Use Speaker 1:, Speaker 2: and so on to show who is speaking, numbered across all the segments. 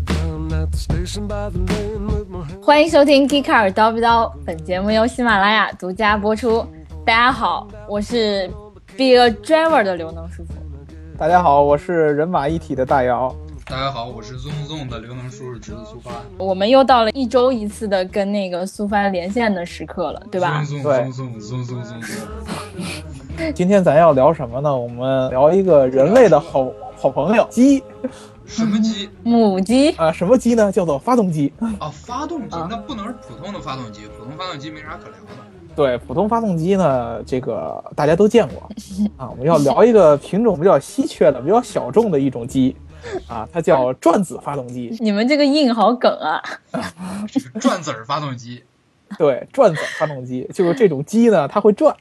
Speaker 1: at the station by the lane with my hand.
Speaker 2: 欢迎收听《k i k a r 叨逼叨》，本节目由喜马拉雅独家播出。大家好，我是 Be a Driver 的刘能叔叔。
Speaker 3: 大家好，我是人马一体的大姚。
Speaker 4: 大家好，我是 Zoom Zoom 的刘能叔叔侄子苏发，
Speaker 2: 我们又到了一周一次的跟那个苏帆连线的时刻了，对吧？
Speaker 4: ？Zoom
Speaker 3: 对
Speaker 4: Zoom Zoom Zoom Zoom Zoom Zoom，
Speaker 3: 今天咱要聊什么呢？我们聊一个人类的好好朋友鸡
Speaker 4: 什么机
Speaker 2: 母鸡，
Speaker 3: 啊，什么鸡呢？叫做发动机。
Speaker 4: 啊？发动机
Speaker 2: 啊？
Speaker 4: 那不能是普通的发动机，普通发动机没啥可聊的。
Speaker 3: 对，普通发动机呢，这个大家都 见过啊。我们要聊一个品种比较稀缺的、比较小众的一种鸡啊，它叫转子发动机。
Speaker 2: 你们这个硬好梗 啊！
Speaker 4: 这个转子儿发动机，
Speaker 3: 对，转子发动机就是这种鸡呢，它会转。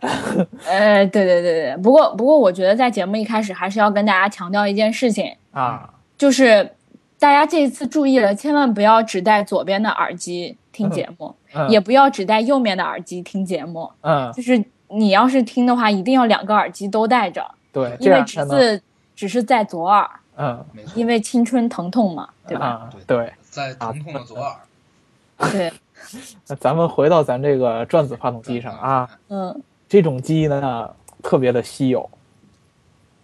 Speaker 2: 呃，对对对对，不过不过，我觉得在节目一开始还是要跟大家强调一件事情，
Speaker 3: 啊，
Speaker 2: 就是大家这一次注意了，千万不要只戴左边的耳机听节目，
Speaker 3: 嗯
Speaker 2: 也不要只戴右面的耳机听节目。
Speaker 3: 嗯，
Speaker 2: 就是你要是听的话，一定要两个耳机都戴着，
Speaker 3: 对，这
Speaker 2: 因为
Speaker 3: 样
Speaker 2: 只
Speaker 3: 才能
Speaker 2: 是只是在左耳，
Speaker 3: 嗯
Speaker 4: 没错，
Speaker 2: 因为青春疼痛嘛，对吧？
Speaker 3: 啊，对。
Speaker 4: 在疼痛的左耳。
Speaker 3: 啊
Speaker 2: 对，
Speaker 3: 那咱们回到咱这个转子发动机上啊，
Speaker 2: 嗯
Speaker 3: 这种鸡呢特别的稀有，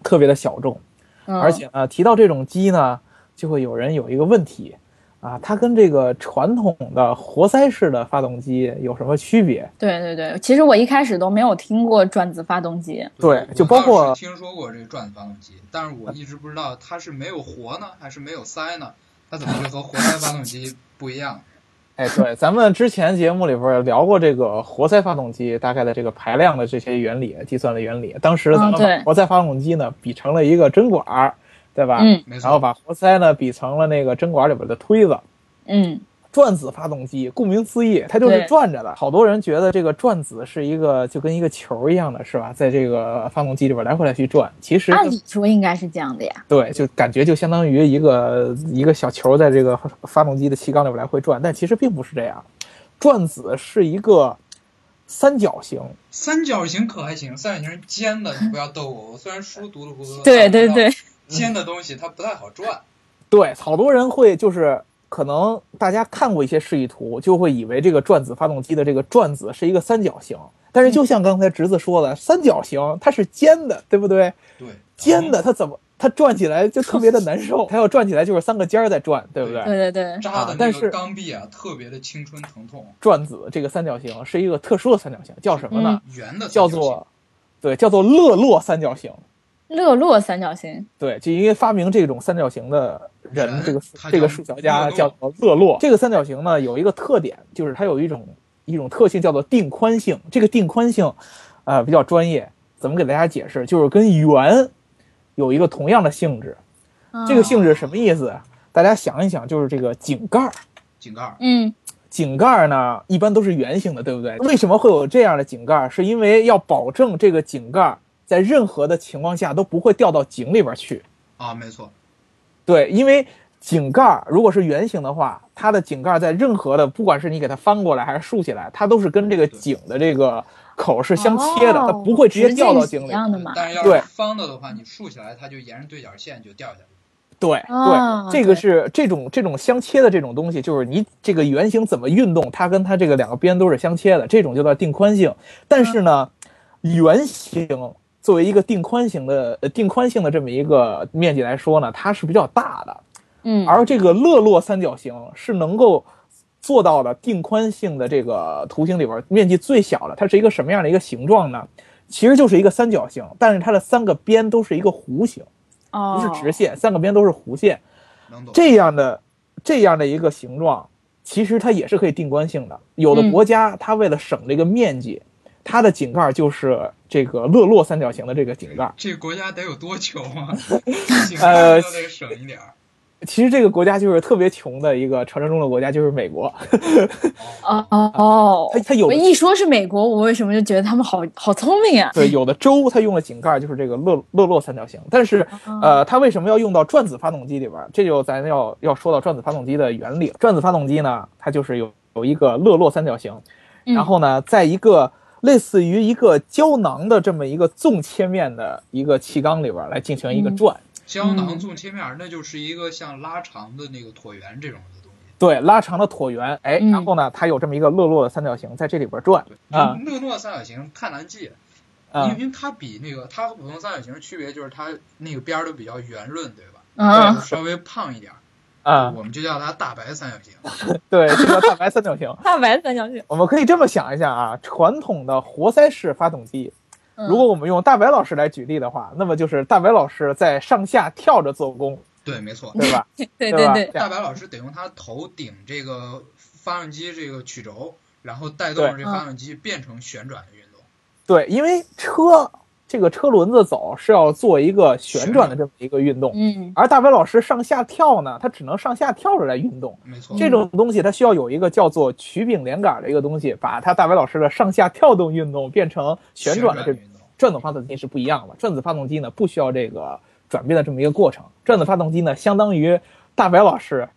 Speaker 3: 特别的小众，
Speaker 2: 嗯，
Speaker 3: 而且呢，提到这种鸡呢，就会有人有一个问题啊，它跟这个传统的活塞式的发动机有什么区别？
Speaker 2: 对对对，其实我一开始都没有听过转子发动机，
Speaker 3: 对
Speaker 4: 我
Speaker 3: 就包括
Speaker 4: 我倒是听说过这个转子发动机，但是我一直不知道它是没有活呢，还是没有塞呢？它怎么会和活塞发动机不一样？
Speaker 3: 哎，对，咱们之前节目里边儿聊过这个活塞发动机大概的这个排量的这些原理、计算的原理。当时咱
Speaker 2: 嗯
Speaker 3: 们
Speaker 2: 对
Speaker 3: 把活塞发动机呢比成了一个针管儿，对吧？
Speaker 2: 嗯
Speaker 4: 没错
Speaker 3: 然后把活塞呢比成了那个针管里边的推子。
Speaker 2: 嗯，
Speaker 3: 转子发动机，顾名思义，它就
Speaker 2: 对
Speaker 3: 是转着的。好多人觉得这个转子是一个就跟一个球一样的，是吧？在这个发动机里边来回来去转，其实
Speaker 2: 按理说应该是这样的呀，
Speaker 3: 对，就感觉就相当于一个一个小球在这个发动机的气缸里边来回转，但其实并不是这样。转子是一个三角形，
Speaker 4: 三角形可还行，三角形是尖的，你不要逗我。我虽然书读的不多，
Speaker 2: 对对
Speaker 4: 但我知道
Speaker 2: 对，
Speaker 4: 尖的东西它不太好转。
Speaker 3: 对，好多人会就是可能大家看过一些示意图，就会以为这个转子发动机的这个转子是一个三角形，但是就像刚才侄子说的，三角形它是尖的，对不对？
Speaker 4: 对，
Speaker 3: 尖的它怎么它转起来就特别的难受，它要转起来就是三个尖儿在转，对不对？
Speaker 2: 对对对，
Speaker 4: 扎的
Speaker 3: 啊
Speaker 4: 那
Speaker 3: 但
Speaker 4: 个
Speaker 3: 是
Speaker 4: 钢壁啊，特别的青春疼痛，
Speaker 3: 转子这个三角形是一个特殊的三角形，叫什么呢？
Speaker 4: 圆的
Speaker 3: 叫做对，叫做勒洛三角形。
Speaker 2: 勒洛三角形，
Speaker 3: 对，就因为发明这种三角形的人，这个
Speaker 4: 他叫
Speaker 3: 这个数学家
Speaker 4: 勒洛
Speaker 3: 叫做勒洛。这个三角形呢，有一个特点，就是它有一种一种特性叫做定宽性。这个定宽性，呃，比较专业，怎么给大家解释？就是跟圆有一个同样的性质。这个
Speaker 2: 嗯
Speaker 3: 性质什么意思？啊大家想一想，就是这个井盖儿，
Speaker 4: 井盖儿，
Speaker 2: 嗯
Speaker 3: 井盖儿呢一般都是圆形的，对不对？为什么会有这样的井盖儿？是因为要保证这个井盖儿在任何的情况下都不会掉到井里边去。
Speaker 4: 啊，没错，
Speaker 3: 对，因为井盖儿如果是圆形的话，它的井盖儿在任何的，不管是你给它翻过来还是竖起来，它都是跟这个井的这个口是相切的，它
Speaker 2: 哦
Speaker 3: 不会直接掉到
Speaker 2: 直径是
Speaker 3: 井里
Speaker 2: 一。样的嘛，
Speaker 4: 但是要
Speaker 3: 对
Speaker 4: 是方的的话，你竖起来它就沿着对角线就掉下来。
Speaker 3: 对
Speaker 2: 哦
Speaker 3: 对，这
Speaker 2: 对
Speaker 3: 个是这种这种相切的这种东西，就是你这个圆形怎么运动，它跟它这个两个边都是相切的，这种就叫定宽性。但是呢，
Speaker 2: 嗯
Speaker 3: 圆形作为一个定宽型的呃定宽性的这么一个面积来说呢，它是比较大的。
Speaker 2: 嗯，
Speaker 3: 而这个勒洛三角形是能够做到的定宽性的这个图形里边面积最小的，它是一个什么样的一个形状呢？其实就是一个三角形，但是它的三个边都是一个弧形，
Speaker 2: 哦
Speaker 3: 不是直线，三个边都是弧线。
Speaker 4: 能懂？
Speaker 3: 这样的这样的一个形状，其实它也是可以定关性的。有的
Speaker 2: 嗯
Speaker 3: 国家它为了省这个面积，它的井盖就是这个勒洛三角形的这个井盖。
Speaker 4: 这国家得有多穷 啊！井盖
Speaker 3: 呃
Speaker 4: 儿都得省一点儿。
Speaker 3: 其实这个国家就是特别穷的一个传说中的国家，就是美国。
Speaker 2: 哦哦哦，
Speaker 3: 啊它它有
Speaker 2: 我
Speaker 3: 的
Speaker 2: 一说是美国，我为什么就觉得他们好好聪明 啊？
Speaker 3: 对，有的州它用的井盖就是这个勒勒洛三角形，但是
Speaker 2: 啊
Speaker 3: 呃，它为什么要用到转子发动机里边儿？这就咱要要说到转子发动机的原理了。转子发动机呢，它就是有有一个勒洛三角形，
Speaker 2: 嗯
Speaker 3: 然后呢，在一个类似于一个胶囊的这么一个纵切面的一个气缸里边儿来进行一个
Speaker 2: 嗯
Speaker 3: 转。
Speaker 4: 胶囊纵切面儿，那就是一个像拉长的那个椭圆这种的东西。
Speaker 3: 对，拉长的椭圆，哎，
Speaker 2: 嗯
Speaker 3: 然后呢，它有这么一个乐落的三角形在这里边转
Speaker 4: 对，
Speaker 3: 啊
Speaker 4: 那个诺三角形太难记，
Speaker 3: 啊
Speaker 4: 因为因为它比那个它和普通三角形的区别就是它那个边儿都比较圆润，对吧？
Speaker 2: 嗯，
Speaker 4: 稍微胖一点儿，
Speaker 3: 啊！
Speaker 4: 我们就叫它大白三角形。
Speaker 3: 对，这个蛋白三角形，
Speaker 2: 大白三角形。
Speaker 3: 我们可以这么想一下啊，传统的活塞式发动机，
Speaker 2: 嗯
Speaker 3: 如果我们用大白老师来举例的话，那么就是大白老师在上下跳着做工，
Speaker 4: 对，没错。
Speaker 3: 对吧？
Speaker 2: 对
Speaker 3: 对
Speaker 2: 对
Speaker 3: 吧
Speaker 2: 对，
Speaker 3: 这样
Speaker 4: 大白老师得用他头顶这个发动机这个曲轴，然后带动这
Speaker 2: 对
Speaker 4: 发动机变成旋转的运动。
Speaker 3: 对，因为车这个车轮子走是要做一个旋转的这么一个运动，
Speaker 2: 嗯
Speaker 3: 而大白老师上下跳呢，他只能上下跳着来运动。
Speaker 4: 没错，
Speaker 3: 这种东西它需要有一个叫做曲柄连杆的一个东西，把它大白老师的上下跳动运动变成旋转的这
Speaker 4: 运动。
Speaker 3: 转子发动机是不一样的。转子发动机呢不需要这个转变的这么一个过程，转子发动机呢相当于大白老师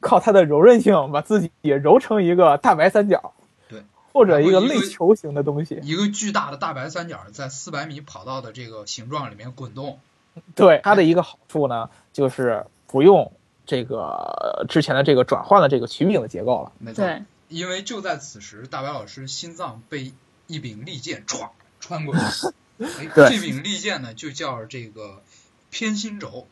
Speaker 3: 靠它的柔韧性把自己也揉成一个大白三角，
Speaker 4: 对，
Speaker 3: 或者一个
Speaker 4: 然后一
Speaker 3: 类
Speaker 4: 个
Speaker 3: 球形的东西，
Speaker 4: 一个巨大的大白三角在四百米跑道的这个形状里面滚动，
Speaker 3: 对它的一个好处呢，就是不用这个之前的这个转换的这个曲柄的结构了。
Speaker 4: 没错。
Speaker 2: 对，
Speaker 4: 因为就在此时，大白老师心脏被一柄利剑歘 穿过去。哎，
Speaker 3: 对
Speaker 4: 这柄利剑呢，就叫这个偏心轴。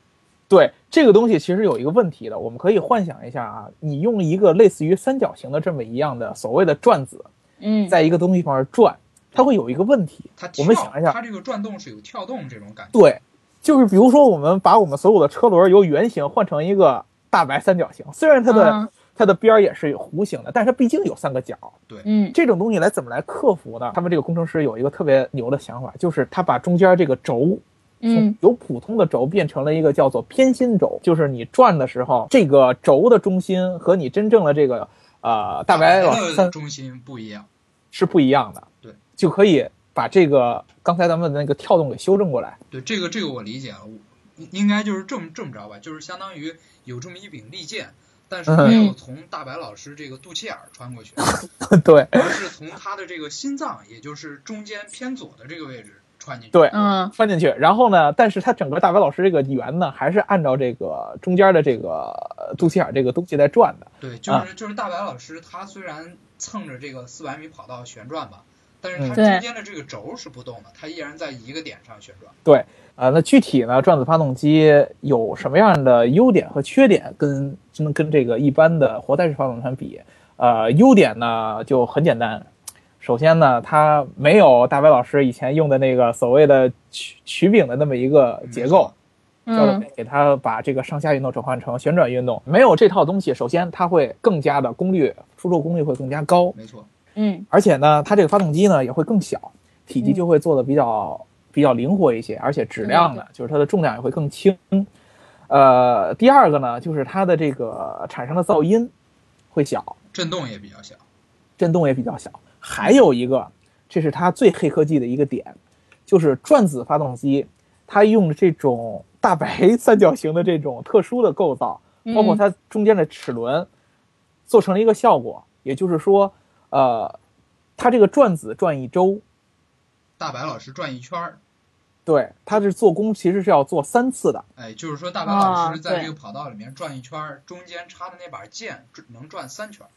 Speaker 3: 对这个东西其实有一个问题的，我们可以幻想一下啊，你用一个类似于三角形的这么一样的所谓的转子，
Speaker 2: 嗯，
Speaker 3: 在一个东西上面转，它会有一个问题。
Speaker 4: 它跳
Speaker 3: 我们想一下
Speaker 4: 它这个转动是有跳动这种感觉。
Speaker 3: 对，就是比如说我们把我们所有的车轮由圆形换成一个大白三角形，虽然它的、
Speaker 2: 嗯
Speaker 3: 它的边儿也是弧形的，但是它毕竟有三个角。
Speaker 2: 嗯
Speaker 3: 这种东西来怎么来克服呢？他们这个工程师有一个特别牛的想法，就是他把中间这个轴
Speaker 2: 嗯，
Speaker 3: 由普通的轴变成了一个叫做偏心轴，就是你转的时候，这个轴的中心和你真正的这个呃大白老师
Speaker 4: 的
Speaker 3: 三
Speaker 4: 中心不一样。
Speaker 3: 是不一样的，
Speaker 4: 对，
Speaker 3: 就可以把这个刚才咱们的那个跳动给修正过来。
Speaker 4: 对，这个这个我理解啊了，我应应该就是这么这么着吧，就是相当于有这么一柄利剑，但是没
Speaker 3: 嗯
Speaker 4: 有从大白老师这个肚脐眼儿穿过去，
Speaker 3: 对
Speaker 4: 而是从他的这个心脏，也就是中间偏左的这个位置穿进去。
Speaker 3: 对，
Speaker 2: 嗯
Speaker 3: 翻进去，然后呢，但是它整个大白老师这个圆呢，还是按照这个中间的这个呃肚脐眼这个东西在转的。
Speaker 4: 对，就是就是大白老师，他虽然蹭着这个四百米跑道旋转吧，但是
Speaker 3: 嗯
Speaker 4: 他
Speaker 2: 对
Speaker 4: 中间的这个轴是不动的，他依然在一个点上旋转。
Speaker 3: 啊，那具体呢，转子发动机有什么样的优点和缺点跟？跟跟这个一般的活塞式发动机相比，呃，优点呢就很简单。首先呢，它没有大白老师以前用的那个所谓的曲曲柄的那么一个结构，教练
Speaker 2: 嗯
Speaker 3: 给它把这个上下运动转换成旋转运动。没有这套东西，首先它会更加的功率，输出功率会更加高。
Speaker 4: 没错，
Speaker 2: 嗯
Speaker 3: 而且呢，它这个发动机呢也会更小，体积
Speaker 2: 嗯
Speaker 3: 就会做的比较、比较灵活一些，而且质量
Speaker 2: 嗯
Speaker 3: 呢，就是它的重量也会更轻。呃，第二个呢，就是它的这个产生的噪音会小，
Speaker 4: 震动也比较小。
Speaker 3: 震动也比较小。还有一个，这是它最黑科技的一个点，就是转子发动机，它用这种大白 三角形的这种特殊的构造，
Speaker 2: 嗯，
Speaker 3: 包括它中间的齿轮，做成了一个效果，也就是说，呃，它这个转子转一周，
Speaker 4: 大白老师转一圈儿，
Speaker 3: 对，它是做工其实是要做三次的，
Speaker 4: 哎，就是说大白老师
Speaker 2: 啊
Speaker 4: 在
Speaker 2: 对
Speaker 4: 这个跑道里面转一圈儿，中间插的那把剑只能转三圈儿。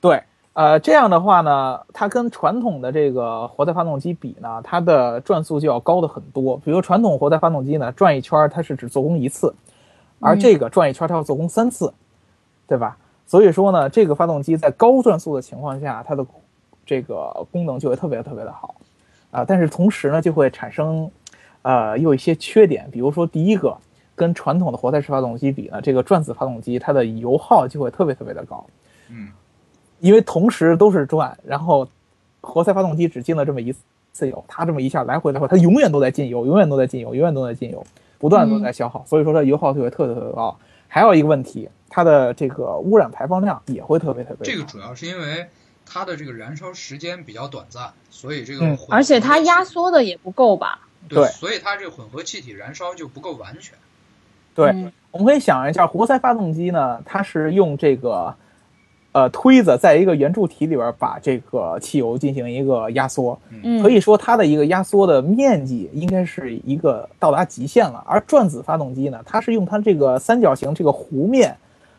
Speaker 3: 对，呃，这样的话呢，它跟传统的这个活塞发动机比呢，它的转速就要高的很多。比如传统活塞发动机呢，转一圈儿它是只做工一次，而这个转一圈儿它要做工三次，对吧？所以说呢，这个发动机在高转速的情况下，它的这个功能就会特别特别的好，啊、但是同时呢，就会产生，呃，又有一些缺点，比如说第一个，跟传统的活塞式发动机比呢，这个转子发动机它的油耗就会特别特别的高，
Speaker 4: 嗯，
Speaker 3: 因为同时都是转，然后活塞发动机只进了这么一次油，它这么一下来回来回，它永远都在进油，永远都在进油，永远都在进油，不断地都在消耗，所以说它油耗就会特别特别高。还有一个问题，它的这个污染排放量也会特别特别高。
Speaker 4: 这个主要是因为它的这个燃烧时间比较短暂，所以这个
Speaker 3: 嗯
Speaker 4: 混合
Speaker 2: 而且它压
Speaker 4: 气
Speaker 2: 缩的也不够吧？
Speaker 4: 对，
Speaker 3: 对
Speaker 4: 所以它这个混合气体燃烧就不够完全。
Speaker 3: 对，
Speaker 2: 嗯
Speaker 3: 我们可以想一下，活塞发动机呢，它是用这个呃推子在一个圆柱体里边把这个汽油进行一个压缩，
Speaker 2: 嗯，
Speaker 3: 可以说它的一个压缩的面积应该是一个到达极限了。而转子发动机呢，它是用它这个三角形这个弧面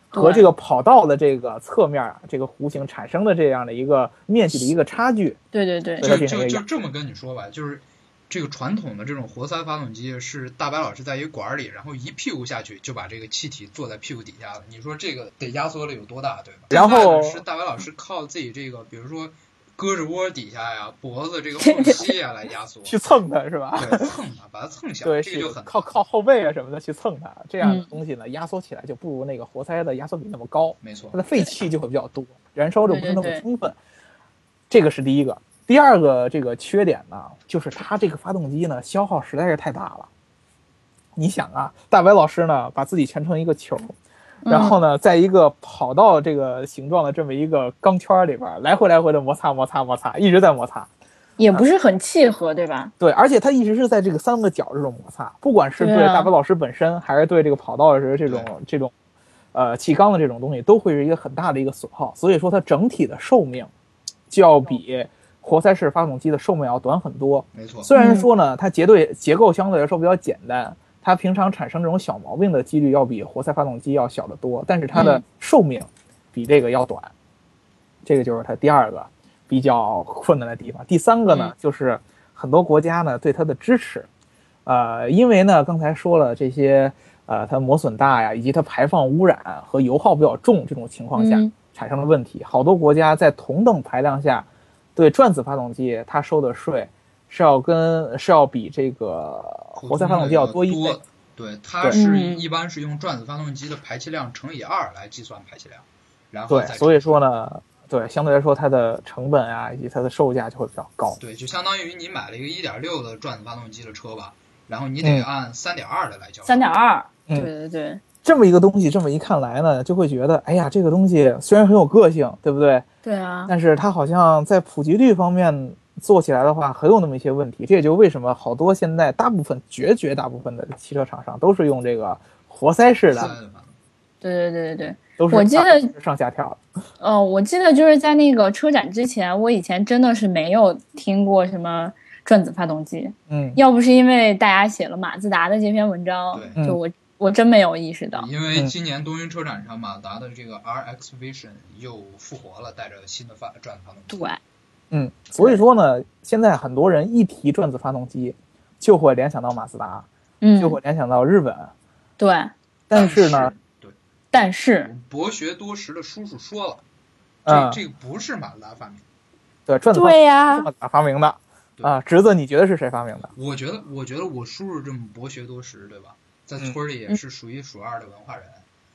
Speaker 3: 和这个跑道的这个侧面啊这个弧形产生的这样的一个面积的一个差距。
Speaker 2: 对对对，
Speaker 3: 对它
Speaker 4: 就
Speaker 3: 变成
Speaker 4: 就
Speaker 3: 这
Speaker 4: 就
Speaker 3: 样
Speaker 4: 这么跟你说吧，就是这个传统的这种活塞发动机是大白老师在一个管儿里，然后一屁股下去就把这个气体坐在屁股底下了。你说这个得压缩了有多大，对吧？
Speaker 3: 然后
Speaker 4: 现在呢是大白老师靠自己这个，比如说胳肢窝底下呀、脖子这个缝隙啊呀来压缩，
Speaker 3: 去蹭它是吧？
Speaker 4: 对，蹭它，把它蹭 小，
Speaker 3: 对，
Speaker 4: 这个
Speaker 3: 去
Speaker 4: 就很
Speaker 3: 靠
Speaker 4: 难
Speaker 3: 靠后背啊什么的去蹭它，这样的
Speaker 2: 嗯
Speaker 3: 东西呢，压缩起来就不如那个活塞的压缩比那么高。
Speaker 4: 没错
Speaker 3: 它，的废气就会比较多，燃烧就不是
Speaker 2: 对
Speaker 3: 那
Speaker 2: 对
Speaker 3: 么
Speaker 2: 对
Speaker 3: 充分。这个是第一个。第二个这个缺点呢，就是它这个发动机呢消耗实在是太大了。你想啊，大白老师呢把自己全成一个球，
Speaker 2: 嗯
Speaker 3: 然后呢，在一个跑道这个形状的这么一个钢圈里边儿来回来回的摩擦摩擦摩擦，一直在摩擦。
Speaker 2: 也不是很契合，对吧？
Speaker 3: 对，而且它一直是在这个三个角这种摩擦，不管是对
Speaker 2: 对啊
Speaker 3: 大白老师本身，还是对这个跑道时这种这种，呃，气缸的这种东西，都会是一个很大的一个损耗。所以说，它整体的寿命就要比活塞式发动机的寿命要短很多。
Speaker 4: 没错，
Speaker 3: 虽
Speaker 2: 嗯
Speaker 3: 然说呢，它结对结构相对来说比较简单，它平常产生这种小毛病的几率要比活塞发动机要小得多，但是它的
Speaker 2: 嗯
Speaker 3: 寿命比这个要短，这个就是它第二个比较困难的地方。第三个
Speaker 2: 嗯
Speaker 3: 呢，就是很多国家呢对它的支持，呃，因为呢刚才说了这些，呃，它磨损大呀，以及它排放污染和油耗比较重这种情况下
Speaker 2: 嗯
Speaker 3: 产生的问题，好多国家在同等排量下对转子发动机它收的税是要跟是要比这个活塞发动机要多一倍。
Speaker 4: 多。对，它
Speaker 3: 对
Speaker 4: 是
Speaker 2: 嗯
Speaker 4: 一般是用转子发动机的排气量乘以二来计算排气量，然后
Speaker 3: 对
Speaker 4: 再，
Speaker 3: 所以
Speaker 4: 乘以
Speaker 3: 说呢，对，相对来说它的成本啊以及它的售价就会比较高。
Speaker 4: 对，就相当于你买了一个一点六的转子发动机的车吧，然后你得
Speaker 3: 嗯
Speaker 4: 按三点二的来交。
Speaker 2: 三点二，
Speaker 3: 嗯
Speaker 2: 对对对
Speaker 3: 这么一个东西，这么一看来呢，就会觉得，哎呀，这个东西虽然很有个性，对不对？
Speaker 2: 对啊，
Speaker 3: 但是它好像在普及率方面做起来的话，很有那么一些问题。这也就为什么好多现在大部分绝绝大部分的汽车厂商都是用这个活塞式
Speaker 4: 三
Speaker 3: 的，
Speaker 4: 的吧
Speaker 2: 对对对对对。
Speaker 3: 都是
Speaker 2: 我记得
Speaker 3: 大上下跳的。
Speaker 2: 哦，我记得就是在那个车展之前，我以前真的是没有听过什么转子发动机，
Speaker 3: 嗯，
Speaker 2: 要不是因为大家写了马自达的这篇文章，
Speaker 4: 对，
Speaker 3: 嗯
Speaker 2: 就我我真没有意识到。
Speaker 4: 因为
Speaker 3: 嗯
Speaker 4: 今年东京车展上，马自达的这个 RX Vision 又复活了，带着新的发转子发动机。
Speaker 2: 对，
Speaker 3: 嗯，所以说呢，现在很多人一提转子发动机，就会联想到马自达，
Speaker 2: 嗯
Speaker 3: 就，会联想到日本。
Speaker 2: 对，
Speaker 3: 但是呢，，
Speaker 4: 对，
Speaker 2: 但是
Speaker 4: 博学多识的叔叔说了，
Speaker 3: 嗯
Speaker 4: 这这个不是马自达发明的。
Speaker 3: 对转子发
Speaker 2: 对啊呀、
Speaker 3: 动机咋发明的
Speaker 4: 对
Speaker 3: 啊？侄子，你觉得是谁发明的？
Speaker 4: 我觉得，我觉得我叔叔这么博学多识，对吧？在村
Speaker 3: 嗯
Speaker 4: 儿里也是数一数二的文化人。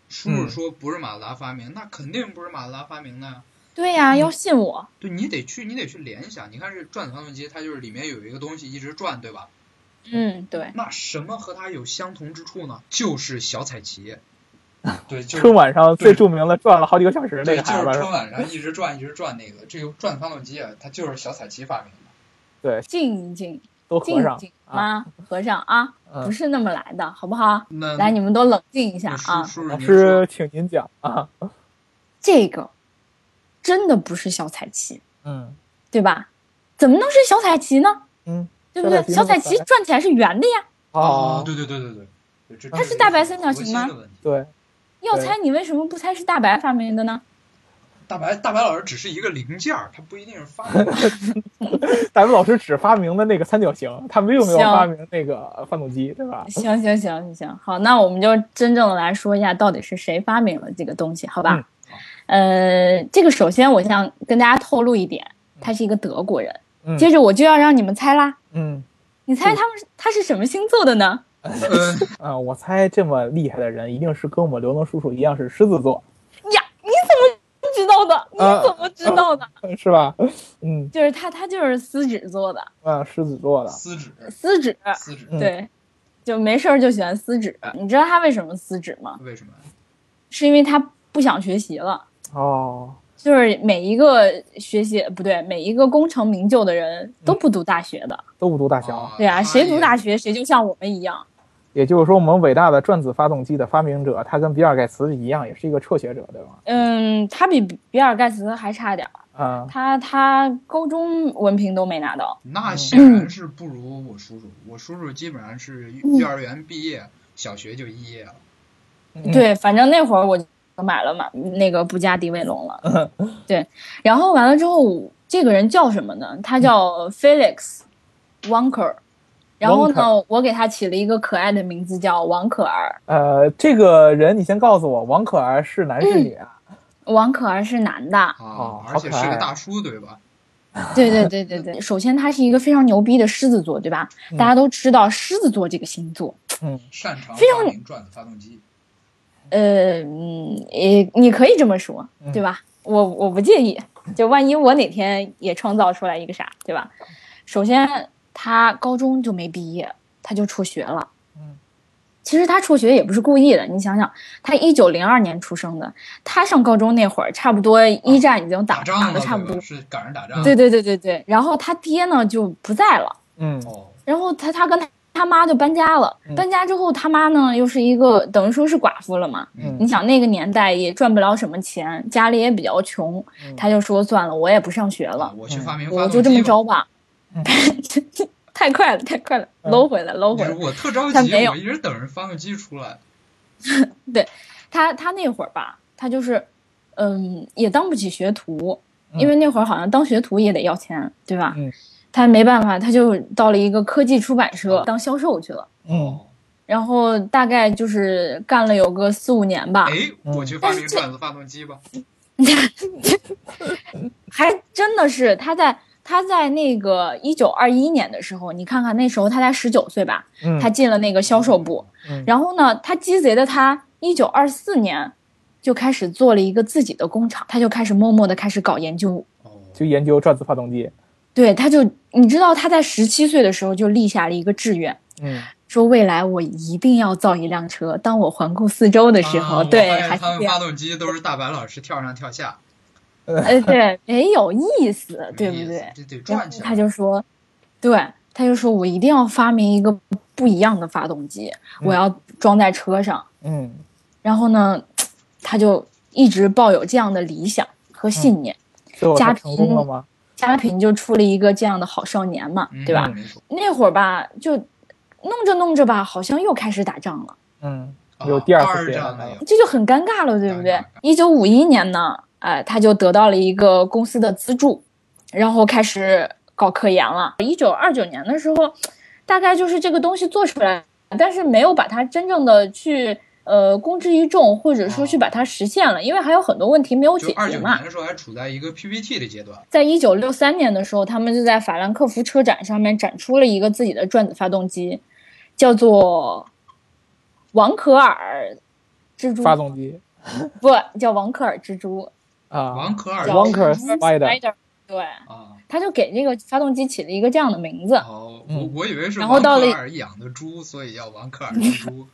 Speaker 4: 叔叔说不是马自达发明，那肯定不是马自达发明啊的呀。
Speaker 2: 对
Speaker 3: 嗯
Speaker 2: 呀、要信我，
Speaker 4: 对你得去，你得去联想。你看这转子发动机，它就是里面有一个东西一直转，对吧？
Speaker 2: 嗯，对，
Speaker 4: 那什么和它有相同之处呢？就是小 彩旗。对，就是
Speaker 3: 春晚上
Speaker 4: 对
Speaker 3: 最著名的转了好几个小时那
Speaker 4: 对，
Speaker 3: 个
Speaker 4: 就
Speaker 3: 孩
Speaker 4: 是
Speaker 3: 子是
Speaker 4: 春
Speaker 3: 吧，
Speaker 4: 晚上一直转一直转那个，这个转子发动机啊，它就是小彩旗发明的。
Speaker 3: 对，
Speaker 2: 静静
Speaker 3: 都合
Speaker 2: 静
Speaker 3: 上
Speaker 2: 静
Speaker 3: 啊，
Speaker 2: 妈和尚啊，
Speaker 3: 嗯嗯
Speaker 2: 不是那么来的，好不好？
Speaker 4: 那
Speaker 2: 来，你们都冷静一下
Speaker 4: 叔
Speaker 2: 啊！
Speaker 4: 叔叔
Speaker 3: 老
Speaker 4: 您说
Speaker 3: 师，请您讲啊。
Speaker 2: 这个真的不是小彩旗，
Speaker 3: 嗯
Speaker 2: 对吧？怎么能是小彩旗呢？
Speaker 3: 嗯，
Speaker 2: 对不对？小
Speaker 3: 小
Speaker 2: 彩
Speaker 3: 彩
Speaker 2: 旗
Speaker 3: 旗
Speaker 2: 转起来是圆的呀。
Speaker 4: 哦
Speaker 3: 哦，，
Speaker 4: 对对对对对对，这
Speaker 2: 它
Speaker 4: 这
Speaker 2: 是
Speaker 4: 个
Speaker 2: 大白
Speaker 4: 一个
Speaker 2: 三角形
Speaker 4: 核心
Speaker 2: 吗
Speaker 4: 的问题
Speaker 3: 对，
Speaker 2: 要猜你为什么不猜是大白发明的呢？
Speaker 4: 大白大白老师只是一个零件儿，他不一定是发明的。
Speaker 3: 咱们老师只发明了那个三角形，他没有没有
Speaker 2: 行
Speaker 3: 发明那个发动机，对吧？
Speaker 2: 行行行行行，好，那我们就真正的来说一下，到底是谁发明了这个东西，好吧？
Speaker 3: 嗯
Speaker 2: 呃，这个首先我想跟大家透露一点，他是一个德国人。
Speaker 3: 嗯
Speaker 2: 接着我就要让你们猜啦，
Speaker 3: 嗯
Speaker 2: 你猜他们是他是什么星座的呢？
Speaker 4: 呃，
Speaker 3: 啊，我猜这么厉害的人一定是跟我们刘能叔叔一样是狮子座，
Speaker 2: 呀，你怎么知道的？你怎么知道的？
Speaker 3: 是吧？嗯
Speaker 2: 就是他，他就是狮子座的，
Speaker 3: 啊，狮子座的，
Speaker 4: 撕纸，
Speaker 2: 狮子，
Speaker 4: 撕纸，
Speaker 3: 嗯
Speaker 2: 对，就没事儿就喜欢撕纸。你知道他为什么撕纸吗？
Speaker 4: 为什么？
Speaker 2: 是因为他不想学习了。
Speaker 3: 哦，
Speaker 2: 就是每一个学习不对，每一个功成名就的人都不读大学的，
Speaker 3: 都不读大小
Speaker 4: 啊
Speaker 2: 对啊，谁读大
Speaker 4: 学？
Speaker 2: 学谁就像我们一样，
Speaker 3: 也就是说，我们伟大的转子发动机的发明者，他跟比尔盖茨一样，也是一个辍学者，对吧？
Speaker 2: 嗯，他比比尔盖茨还差点儿，
Speaker 3: 啊、
Speaker 2: 他他高中文凭都没拿到，
Speaker 4: 那显然是不如我叔叔。我叔叔基本上
Speaker 2: 嗯
Speaker 4: 是幼儿园毕业，小学就肄业了。
Speaker 3: 嗯
Speaker 2: 对，反正那会儿我就买了马那个布加迪威龙了。
Speaker 3: 嗯
Speaker 2: 对，然后完了之后，这个人叫什么呢？他叫 Felix Wanker。然后呢，我给他起了一个可爱的名字，叫王可儿。
Speaker 3: 呃，这个人你先告诉我，王可儿是男是女啊？
Speaker 2: 王可儿是男的，
Speaker 3: 哦
Speaker 4: 啊，而且
Speaker 3: 好可
Speaker 4: 是
Speaker 3: 爱
Speaker 4: 个大叔，对吧？
Speaker 2: 对对对对对。首先，他是一个非常牛逼的狮子座，对吧？
Speaker 3: 嗯
Speaker 2: 大家都知道狮子座这个星座，
Speaker 4: 擅长
Speaker 2: 非常
Speaker 4: 发明转子发动机，
Speaker 2: 呃，嗯，也你可以这么说，
Speaker 4: 嗯
Speaker 2: 对吧？我我不介意，就万一我哪天也创造出来一个啥，对吧？首先，他高中就没毕业，他就辍学了。
Speaker 3: 嗯，
Speaker 2: 其实他辍学也不是故意的，你想想，他一九零二年出生的，他上高中那会儿，差不多一战已经打、
Speaker 4: 打
Speaker 2: 打
Speaker 4: 仗
Speaker 2: 的
Speaker 4: 了，
Speaker 2: 差不多嗯
Speaker 4: 对吧？。嗯是赶上打仗了。
Speaker 2: 对对对对对，然后他爹呢就不在了。
Speaker 3: 嗯
Speaker 4: 哦，
Speaker 2: 然后他他跟他他妈就搬家了
Speaker 3: 嗯，
Speaker 2: 搬家之后他妈呢又是一个等于说是寡妇了嘛。
Speaker 3: 嗯
Speaker 2: 你想那个年代也赚不了什么钱，家里也比较穷，
Speaker 3: 嗯
Speaker 2: 他就说算了，我也不上学了，
Speaker 4: 我去发明
Speaker 2: 嗯
Speaker 4: 发
Speaker 2: 我
Speaker 4: 动机
Speaker 2: 就
Speaker 4: 吧。
Speaker 2: 这么着吧
Speaker 3: 嗯。
Speaker 2: 太快了，太快了，
Speaker 3: 嗯
Speaker 2: 搂回来，搂回
Speaker 4: 不
Speaker 2: 来
Speaker 4: 是。我特着
Speaker 2: 但
Speaker 4: 急
Speaker 2: 没，有
Speaker 4: 我一直等着发动机出来。
Speaker 2: 他他那会儿吧，他就是，嗯，也当不起学徒，
Speaker 3: 嗯
Speaker 2: 因为那会儿好像当学徒也得要钱，对吧？
Speaker 3: 嗯
Speaker 2: 他没办法，他就到了一个科技出版社当销售去了。
Speaker 3: 嗯，
Speaker 4: 哦，
Speaker 2: 然后大概就是干了有个四五年吧，
Speaker 4: 哎，
Speaker 3: 嗯
Speaker 4: 我去发明转子发动机吧。
Speaker 2: 还真的是他在他在那个一九二一年的时候，你看看那时候他才十九岁吧，
Speaker 3: 嗯
Speaker 2: 他进了那个销售部，
Speaker 3: 嗯
Speaker 2: 然后呢，他鸡贼的他一九二四年就开始做了一个自己的工厂，他就开始默默的开始搞研究。
Speaker 4: 哦，
Speaker 3: 就研究转子发动机。
Speaker 2: 对，他就你知道他在十七岁的时候就立下了一个志愿，
Speaker 3: 嗯
Speaker 2: 说未来我一定要造一辆车。当我环顾四周的时候，
Speaker 4: 啊
Speaker 2: 对
Speaker 4: 我，发
Speaker 2: 还
Speaker 4: 现
Speaker 2: 是
Speaker 4: 他
Speaker 2: 这
Speaker 4: 们
Speaker 2: 样
Speaker 4: 发，动机都是大白老师跳上跳下，
Speaker 2: 哎， 对，没有意思，对不
Speaker 4: 没意思
Speaker 2: 对？
Speaker 4: 这得
Speaker 2: 然
Speaker 4: 转
Speaker 2: 后
Speaker 4: 起来。
Speaker 2: 他就说，对，他就说我一定要发明一个不一样的发动机，
Speaker 3: 嗯
Speaker 2: 我要装在车上。
Speaker 3: 嗯
Speaker 2: 然后呢，他就一直抱有这样的理想
Speaker 4: 嗯
Speaker 2: 和信念。
Speaker 3: 最后他
Speaker 2: 家
Speaker 3: 成功了吗？
Speaker 2: 家贫就出了一个这样的好少年嘛，
Speaker 4: 嗯
Speaker 2: 对吧？？
Speaker 4: 没错
Speaker 2: 那会儿吧，就弄着弄着吧，好像又开始打仗了。
Speaker 3: 嗯，
Speaker 4: 啊
Speaker 3: 有第二次
Speaker 4: 二
Speaker 3: 世界
Speaker 4: 战
Speaker 3: 大
Speaker 4: 了
Speaker 3: 战
Speaker 4: 又。
Speaker 2: 这就很尴尬了，对不
Speaker 4: 尴
Speaker 2: 对
Speaker 4: 尬？
Speaker 2: 一九五一年呢，呃，他就得到了一个公司的资助，然后开始搞科研了。一九二九年的时候，大概就是这个东西做出来，但是没有把它真正的去呃公之于众，或者说去把它实现了，因为还有很多问题没有
Speaker 4: 啊就
Speaker 2: 解
Speaker 4: 二
Speaker 2: 决
Speaker 4: 九
Speaker 2: 嘛
Speaker 4: 年。的时候还处在一个 PPT 的阶段，
Speaker 2: 在一九六三年的时候，他们就在法兰克福车展上面展出了一个自己的转子发动机，叫做王可尔蜘蛛
Speaker 3: 发动机
Speaker 2: 不叫王克尔蜘蛛
Speaker 3: 啊
Speaker 4: 王可尔
Speaker 2: 叫
Speaker 3: 王可
Speaker 2: Wonker
Speaker 3: 尔
Speaker 2: Spider，
Speaker 3: Spider，
Speaker 2: 对，
Speaker 4: 啊，
Speaker 2: 他就给这个发动机起了一个这样的名字。
Speaker 4: 哦，
Speaker 3: 嗯
Speaker 4: 我我以为是
Speaker 2: 然后
Speaker 4: 王
Speaker 2: 到了
Speaker 4: 可尔养的猪，所以叫王可尔蜘蛛。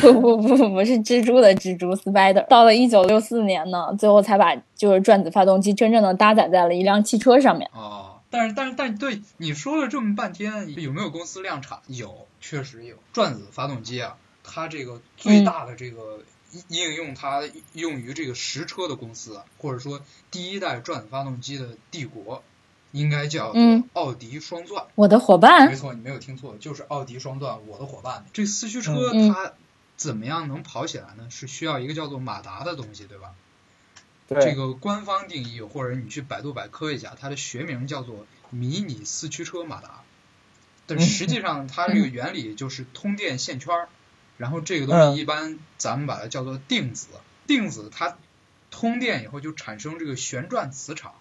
Speaker 2: 不不不不不是蜘蛛的蜘蛛 Spider。到了一九六四年呢，最后才把就是转子发动机真正的搭载在了一辆汽车上面。
Speaker 4: 哦，但是但是但对你说了这么半天，有没有公司量产？有，确实有。转子发动机啊，它这个
Speaker 2: 嗯
Speaker 4: 最大的这个应应用，它用于这个实车的公司，啊或者说第一代转子发动机的帝国，应该叫
Speaker 2: 嗯
Speaker 4: 奥迪双钻。
Speaker 2: 我的伙
Speaker 4: 没
Speaker 2: 伴，
Speaker 4: 错，你没有听错，就是奥迪双钻，我的伙伴。这四驱车
Speaker 2: 嗯
Speaker 4: 它怎么样能跑起来呢？是需要一个叫做马达的东西，对吧？这
Speaker 3: 对，
Speaker 4: 个官方定义，或者你去百度百科一下，它的学名叫做迷你四驱车马达。但
Speaker 3: 嗯
Speaker 4: 实际上，它 这个原理就是通电线圈儿，然后这个东
Speaker 3: 嗯
Speaker 4: 西一般咱们把它叫做定子。定子它通电以后就产生这个旋转磁场，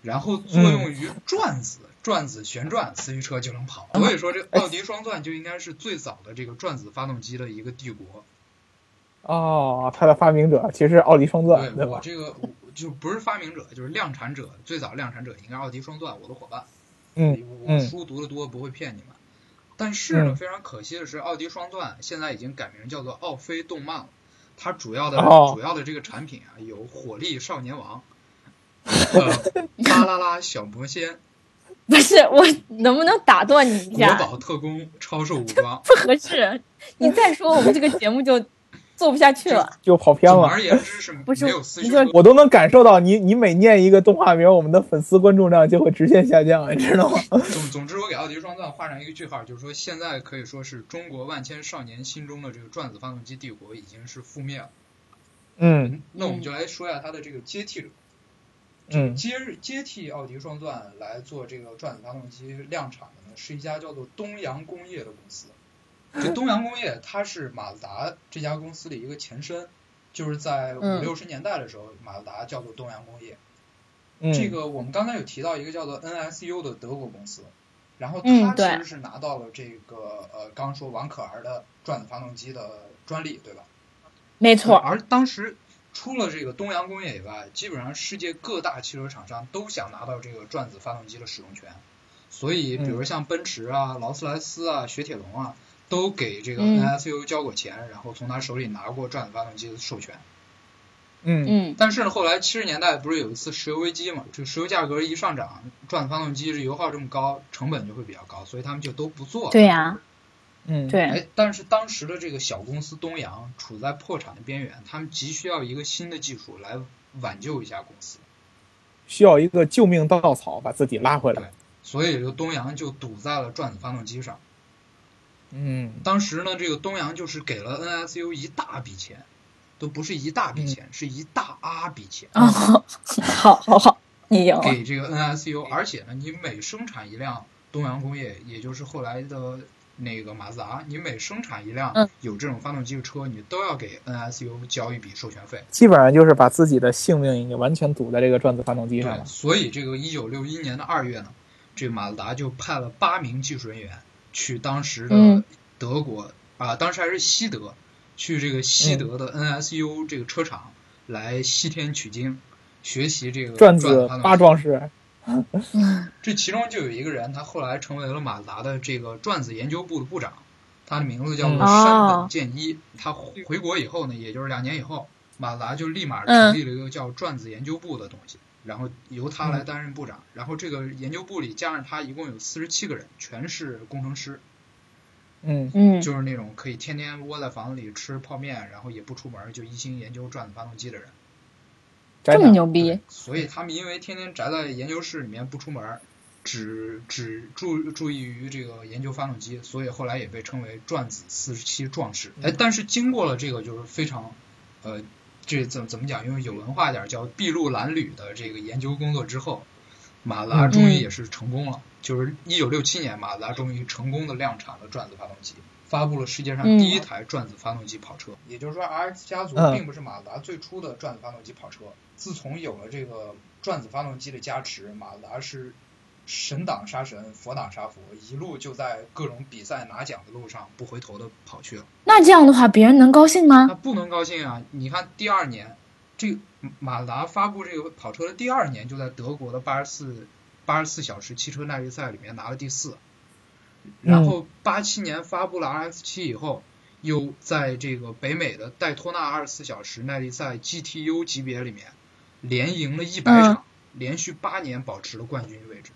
Speaker 4: 然后作
Speaker 3: 嗯
Speaker 4: 用于转子，转子旋转，四驱车就能跑。
Speaker 3: 嗯
Speaker 4: 所以说，
Speaker 3: 哎
Speaker 4: 这奥迪双钻就应该是最早的这个转子发动机的一个帝国。
Speaker 3: 哦，他的发明者其实是奥迪双钻，对
Speaker 4: 对我
Speaker 3: 吧？嗯
Speaker 4: 这个我就不是发明者，就是量产者，最早量产者应该是奥迪双钻，我的伙伴。
Speaker 3: 嗯
Speaker 4: 我我
Speaker 3: 嗯
Speaker 4: 书读的多，不会骗你们。但是呢，
Speaker 3: 嗯
Speaker 4: 非常可惜的是，奥迪双钻现在已经改名叫做奥飞动漫了。它主要的、
Speaker 3: 哦
Speaker 4: 主要的这个产品啊，有火力少年王、呃、巴啦啦小 魔仙、
Speaker 2: 不是我能不能打断你一
Speaker 4: 国
Speaker 2: 下？
Speaker 4: 宝特工、超兽武装。
Speaker 2: 不合适，你再说我们这个节目就做不下去了。
Speaker 3: 就跑偏
Speaker 4: 总
Speaker 3: 了。
Speaker 4: 而言之是
Speaker 2: 不是
Speaker 4: 没有四
Speaker 2: 你
Speaker 4: 驱
Speaker 2: 说
Speaker 4: 车。
Speaker 3: 我都能感受到你，你每念一个动画名，我们的粉丝关注量就会直线下降，你知道吗？
Speaker 4: 总总之，我给奥迪双钻画上一个句号，就是说，现在可以说是中国万千少年心中的这个转子发动机帝国已经是覆灭了。
Speaker 3: 嗯
Speaker 4: 那我们就来说一下它的这个接替者，
Speaker 3: 嗯
Speaker 4: 接接替奥迪双钻来做这个转子发动机量产的呢，是一家叫做东洋工业的公司。这东洋工业它是马自达这家公司的一个前身，就是在五
Speaker 2: 嗯
Speaker 4: 六十年代的时候，马自达叫做东洋工业。
Speaker 3: 嗯，
Speaker 4: 这个我们刚才有提到一个叫做 NSU 的德国公司，然后它
Speaker 2: 嗯
Speaker 4: 其
Speaker 2: 对
Speaker 4: 实是拿到了这个呃刚刚说王可儿的转子发动机的专利，对吧？
Speaker 2: 没错，
Speaker 4: 而当时除了这个东洋工业以外，基本上世界各大汽车厂商都想拿到这个转子发动机的使用权，所以比
Speaker 2: 嗯
Speaker 4: 如像奔驰啊、劳斯莱斯啊、雪铁龙啊，都给这个
Speaker 2: 嗯
Speaker 4: NSU 交过钱，然后从他手里拿过转子发动机的授权。
Speaker 3: 嗯
Speaker 2: 嗯
Speaker 4: 但是呢后来七十年代不是有一次石油危机嘛？这个石油价格一上涨，转子发动机是油耗这么高，成本就会比较高，所以他们就都不做了。
Speaker 2: 对呀、
Speaker 3: 嗯，
Speaker 2: 对，
Speaker 4: 哎，但是当时的这个小公司东洋处在破产的边缘，他们急需要一个新的技术来挽救一下公司，
Speaker 3: 需要一个救命稻草把自己拉回来。
Speaker 4: 所以这个东洋就赌在了转子发动机上。
Speaker 3: 嗯
Speaker 4: 当时呢，这个东洋就是给了 NSU 一大笔钱，都不是一大笔钱，是一大阿笔钱。
Speaker 2: 嗯哦，好好好，你
Speaker 3: 啊
Speaker 2: 赢了，
Speaker 4: 给这个 NSU，而且呢，你每生产一辆东洋工业，也就是后来的那个马自达，你每生产一辆
Speaker 2: 嗯
Speaker 4: 有这种发动机的车，你都要给 NSU 交一笔授权费。
Speaker 3: 基本上就是把自己的性命已经完全赌在这个转子发动机上
Speaker 4: 对，
Speaker 3: 了。
Speaker 4: 所以这个一九六一年的二月呢，这马自达就派了八名技术人员去当时的
Speaker 2: 嗯
Speaker 4: 德国啊、当时还是西德，去这个
Speaker 3: 嗯
Speaker 4: 西德的 NSU 这个车厂来西天取经，学习这个
Speaker 3: 转
Speaker 4: 子
Speaker 3: 子
Speaker 4: 发动
Speaker 3: 八
Speaker 4: 机
Speaker 3: 壮士，
Speaker 4: 这其中就有一个人，他后来成为了马自达的这个转子研究部的部长，他的名字叫做
Speaker 3: 嗯
Speaker 4: 山
Speaker 2: 哦
Speaker 4: 本健一。他回回国以后呢，也就是两年以后，马自达就立马成立了一个叫转子研究部的东西，然后由他来担任部长。然后这个研究部里加上他，一共有四十七个人，全是工程师，
Speaker 3: 嗯
Speaker 2: 嗯
Speaker 4: 就是那种可以天天窝在房子里吃泡面，然后也不出门，就一心研究转子发动机的人。
Speaker 3: 宅
Speaker 2: 这么
Speaker 3: 男
Speaker 2: 牛逼
Speaker 4: 对，所以他们因为天天宅在研究室里面不出门儿，只只注注意于这个研究发动机，所以后来也被称为转子四十七壮士。
Speaker 2: 嗯
Speaker 4: 哎，但是经过了这个就是非常，呃，这怎么怎么讲？因为有文化一点儿叫筚路蓝缕的这个研究工作之后，马
Speaker 2: 嗯
Speaker 4: 自达终于也是成功了。就是一九六七年，马自达终于成功的量产了转子发动机。发布了世界上
Speaker 2: 嗯
Speaker 4: 第一台转子发动机跑车，也就是说，RX 家族
Speaker 3: 嗯
Speaker 4: 并不是马自达最初的转子发动机跑车。自从有了这个转子发动机的加持，马自达是神挡杀神，佛挡杀佛，一路就在各种比赛拿奖的路上不回头的跑去了。
Speaker 2: 那这样的话，别人能高兴
Speaker 4: 那
Speaker 2: 吗？
Speaker 4: 不能高兴啊！你看第二年，这个马自达发布这个跑车的第二年，就在德国的八十四八十四小时汽车耐力赛里面拿了第四。然后八七年发布了 RX 七以后，又在这个北美的戴托纳二十四小时耐力赛 GTU 级别里面连赢了一百
Speaker 2: 嗯
Speaker 4: 场，连续八年保持了冠军位置。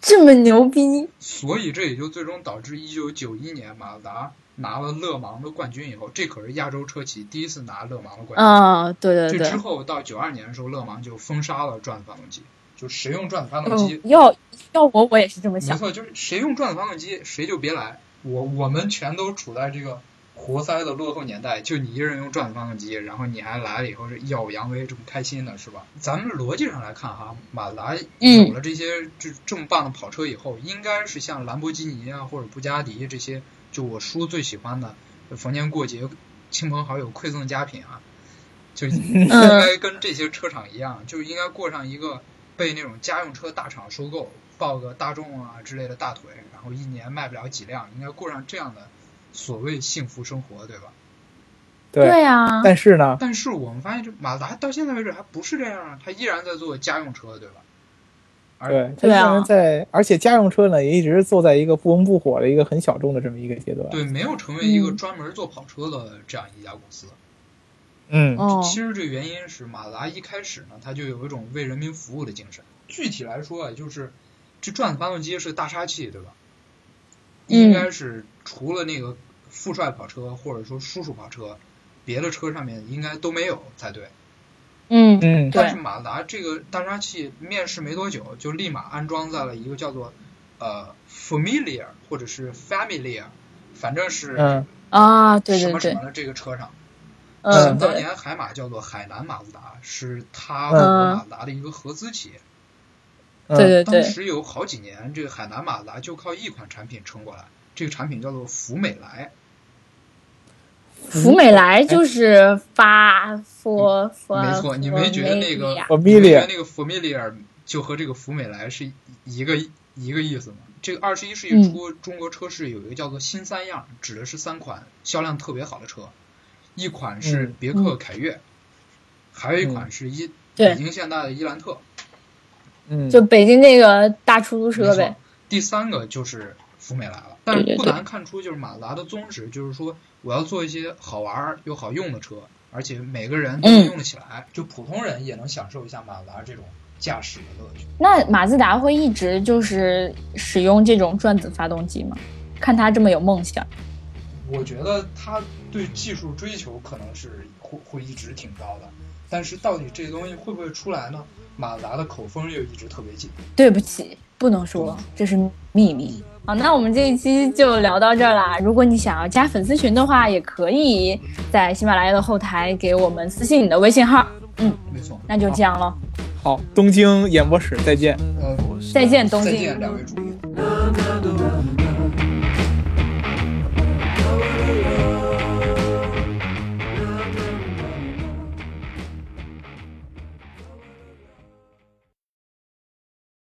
Speaker 2: 这么牛逼，
Speaker 4: 所以这也就最终导致一九九一年马自达拿了勒芒的冠军以后，这可是亚洲车企第一次拿勒芒的冠军。
Speaker 2: 啊，对对
Speaker 4: 这
Speaker 2: 对
Speaker 4: 之，后到九二年的时候，勒芒就封杀了转子发动机，就谁用转子发动机，
Speaker 2: 嗯，要要我我也是这么
Speaker 4: 没
Speaker 2: 想，
Speaker 4: 错，就是谁用转子发动机谁就别来。我我们全都处在这个活塞的落后年代，就你一个人用转子发动机，然后你还来了以后是耀武扬威，这么开心的是吧？咱们逻辑上来看哈，马自达
Speaker 2: 嗯
Speaker 4: 有了这些这这么棒的跑车以后，应该是像兰博基尼啊或者布加迪这些，就我叔最喜欢的，逢年过节亲朋好友馈赠佳品啊，就应该跟这些车厂一样，就应该过上一个被那种家用车大厂收购，抱个大众啊之类的大腿，然后一年卖不了几辆，应该过上这样的所谓幸福生活，对吧？
Speaker 3: 对。
Speaker 2: 呀，
Speaker 3: 但是呢，
Speaker 4: 但是我们发现这马自达到现在为止还不是这样啊，它依然在做家用车，对吧？而
Speaker 3: 对，他
Speaker 2: 对啊
Speaker 3: 现在在，而且家用车呢也一直坐在一个不温不火的一个很小众的这么一个阶段。
Speaker 4: 对，没有成为一个
Speaker 2: 嗯
Speaker 4: 专门做跑车的这样一家公司。
Speaker 3: 嗯，
Speaker 2: 哦，
Speaker 4: 其实这原因是马自达一开始呢，它就有一种为人民服务的精神。具体来说啊，就是这转子发动机是大杀器，对吧？
Speaker 2: 嗯
Speaker 4: 应该是除了那个富帅跑车或者说叔叔跑车，别的车上面应该都没有才对。
Speaker 2: 嗯对
Speaker 3: 嗯
Speaker 4: 但是马自达这个大杀器面世没多久，就立马安装在了一个叫做呃 Familiar 或者是 Familiar，反正是
Speaker 3: 嗯
Speaker 2: 啊，对
Speaker 4: 什
Speaker 2: 对
Speaker 4: 么什
Speaker 2: 对
Speaker 4: 么，的这个车上。呃
Speaker 2: 嗯，
Speaker 4: 当
Speaker 2: 对，
Speaker 4: 年海马叫做海南马自达，是它
Speaker 3: 嗯
Speaker 4: 和马自达的一个合资企业。
Speaker 3: 嗯
Speaker 2: 对对
Speaker 4: 当
Speaker 2: 对，
Speaker 4: 时有好几年，这个海南马自达就靠一款产品撑过来，这个产品叫做福美来。
Speaker 2: 福美来就是发佛佛，
Speaker 4: 没嗯错，你没觉得那个
Speaker 2: 佛美呀
Speaker 3: Familiar
Speaker 4: 你没觉得那个 familiar 就和这个福美来是一个一个意思吗？这个二十一世
Speaker 2: 嗯
Speaker 4: 纪初、中国车市有一个叫做“新三样”，指的是三款销量特别好的车，一款是
Speaker 3: 嗯
Speaker 4: 别克凯越，还有一款是伊、北
Speaker 2: 嗯对，
Speaker 4: 京现代的伊兰特。
Speaker 3: 嗯，
Speaker 2: 就北京那个大出租车
Speaker 4: 没
Speaker 2: 呗
Speaker 4: 错，。第三个就是福美来了，但是
Speaker 2: 对对
Speaker 4: 不
Speaker 2: 对
Speaker 4: 难看出，就是马自达的宗旨就是说，我要做一些好玩儿又好用的车，而且每个人都能
Speaker 2: 嗯
Speaker 4: 用得起来，就普通人也能享受一下马自达这种驾驶的乐趣。
Speaker 2: 那马自达会一直就是使用这种转子发动机吗？看他这么有梦想，
Speaker 4: 我觉得他对技术追求可能是会会一直挺高的，但是到底这东西会不会出来呢？马自达的口风又一直特别紧。
Speaker 2: 对不起，不能说，这是秘密。好，那我们这一期就聊到这儿啦。如果你想要加粉丝群的话，也可以在喜马拉雅的后台给我们私信你的微信号。嗯，
Speaker 4: 没错，
Speaker 2: 那就这样喽，
Speaker 3: 好，东京演播室再见。
Speaker 4: 呃，
Speaker 2: 再见，东
Speaker 4: 再
Speaker 2: 京。
Speaker 4: 见，两位主播。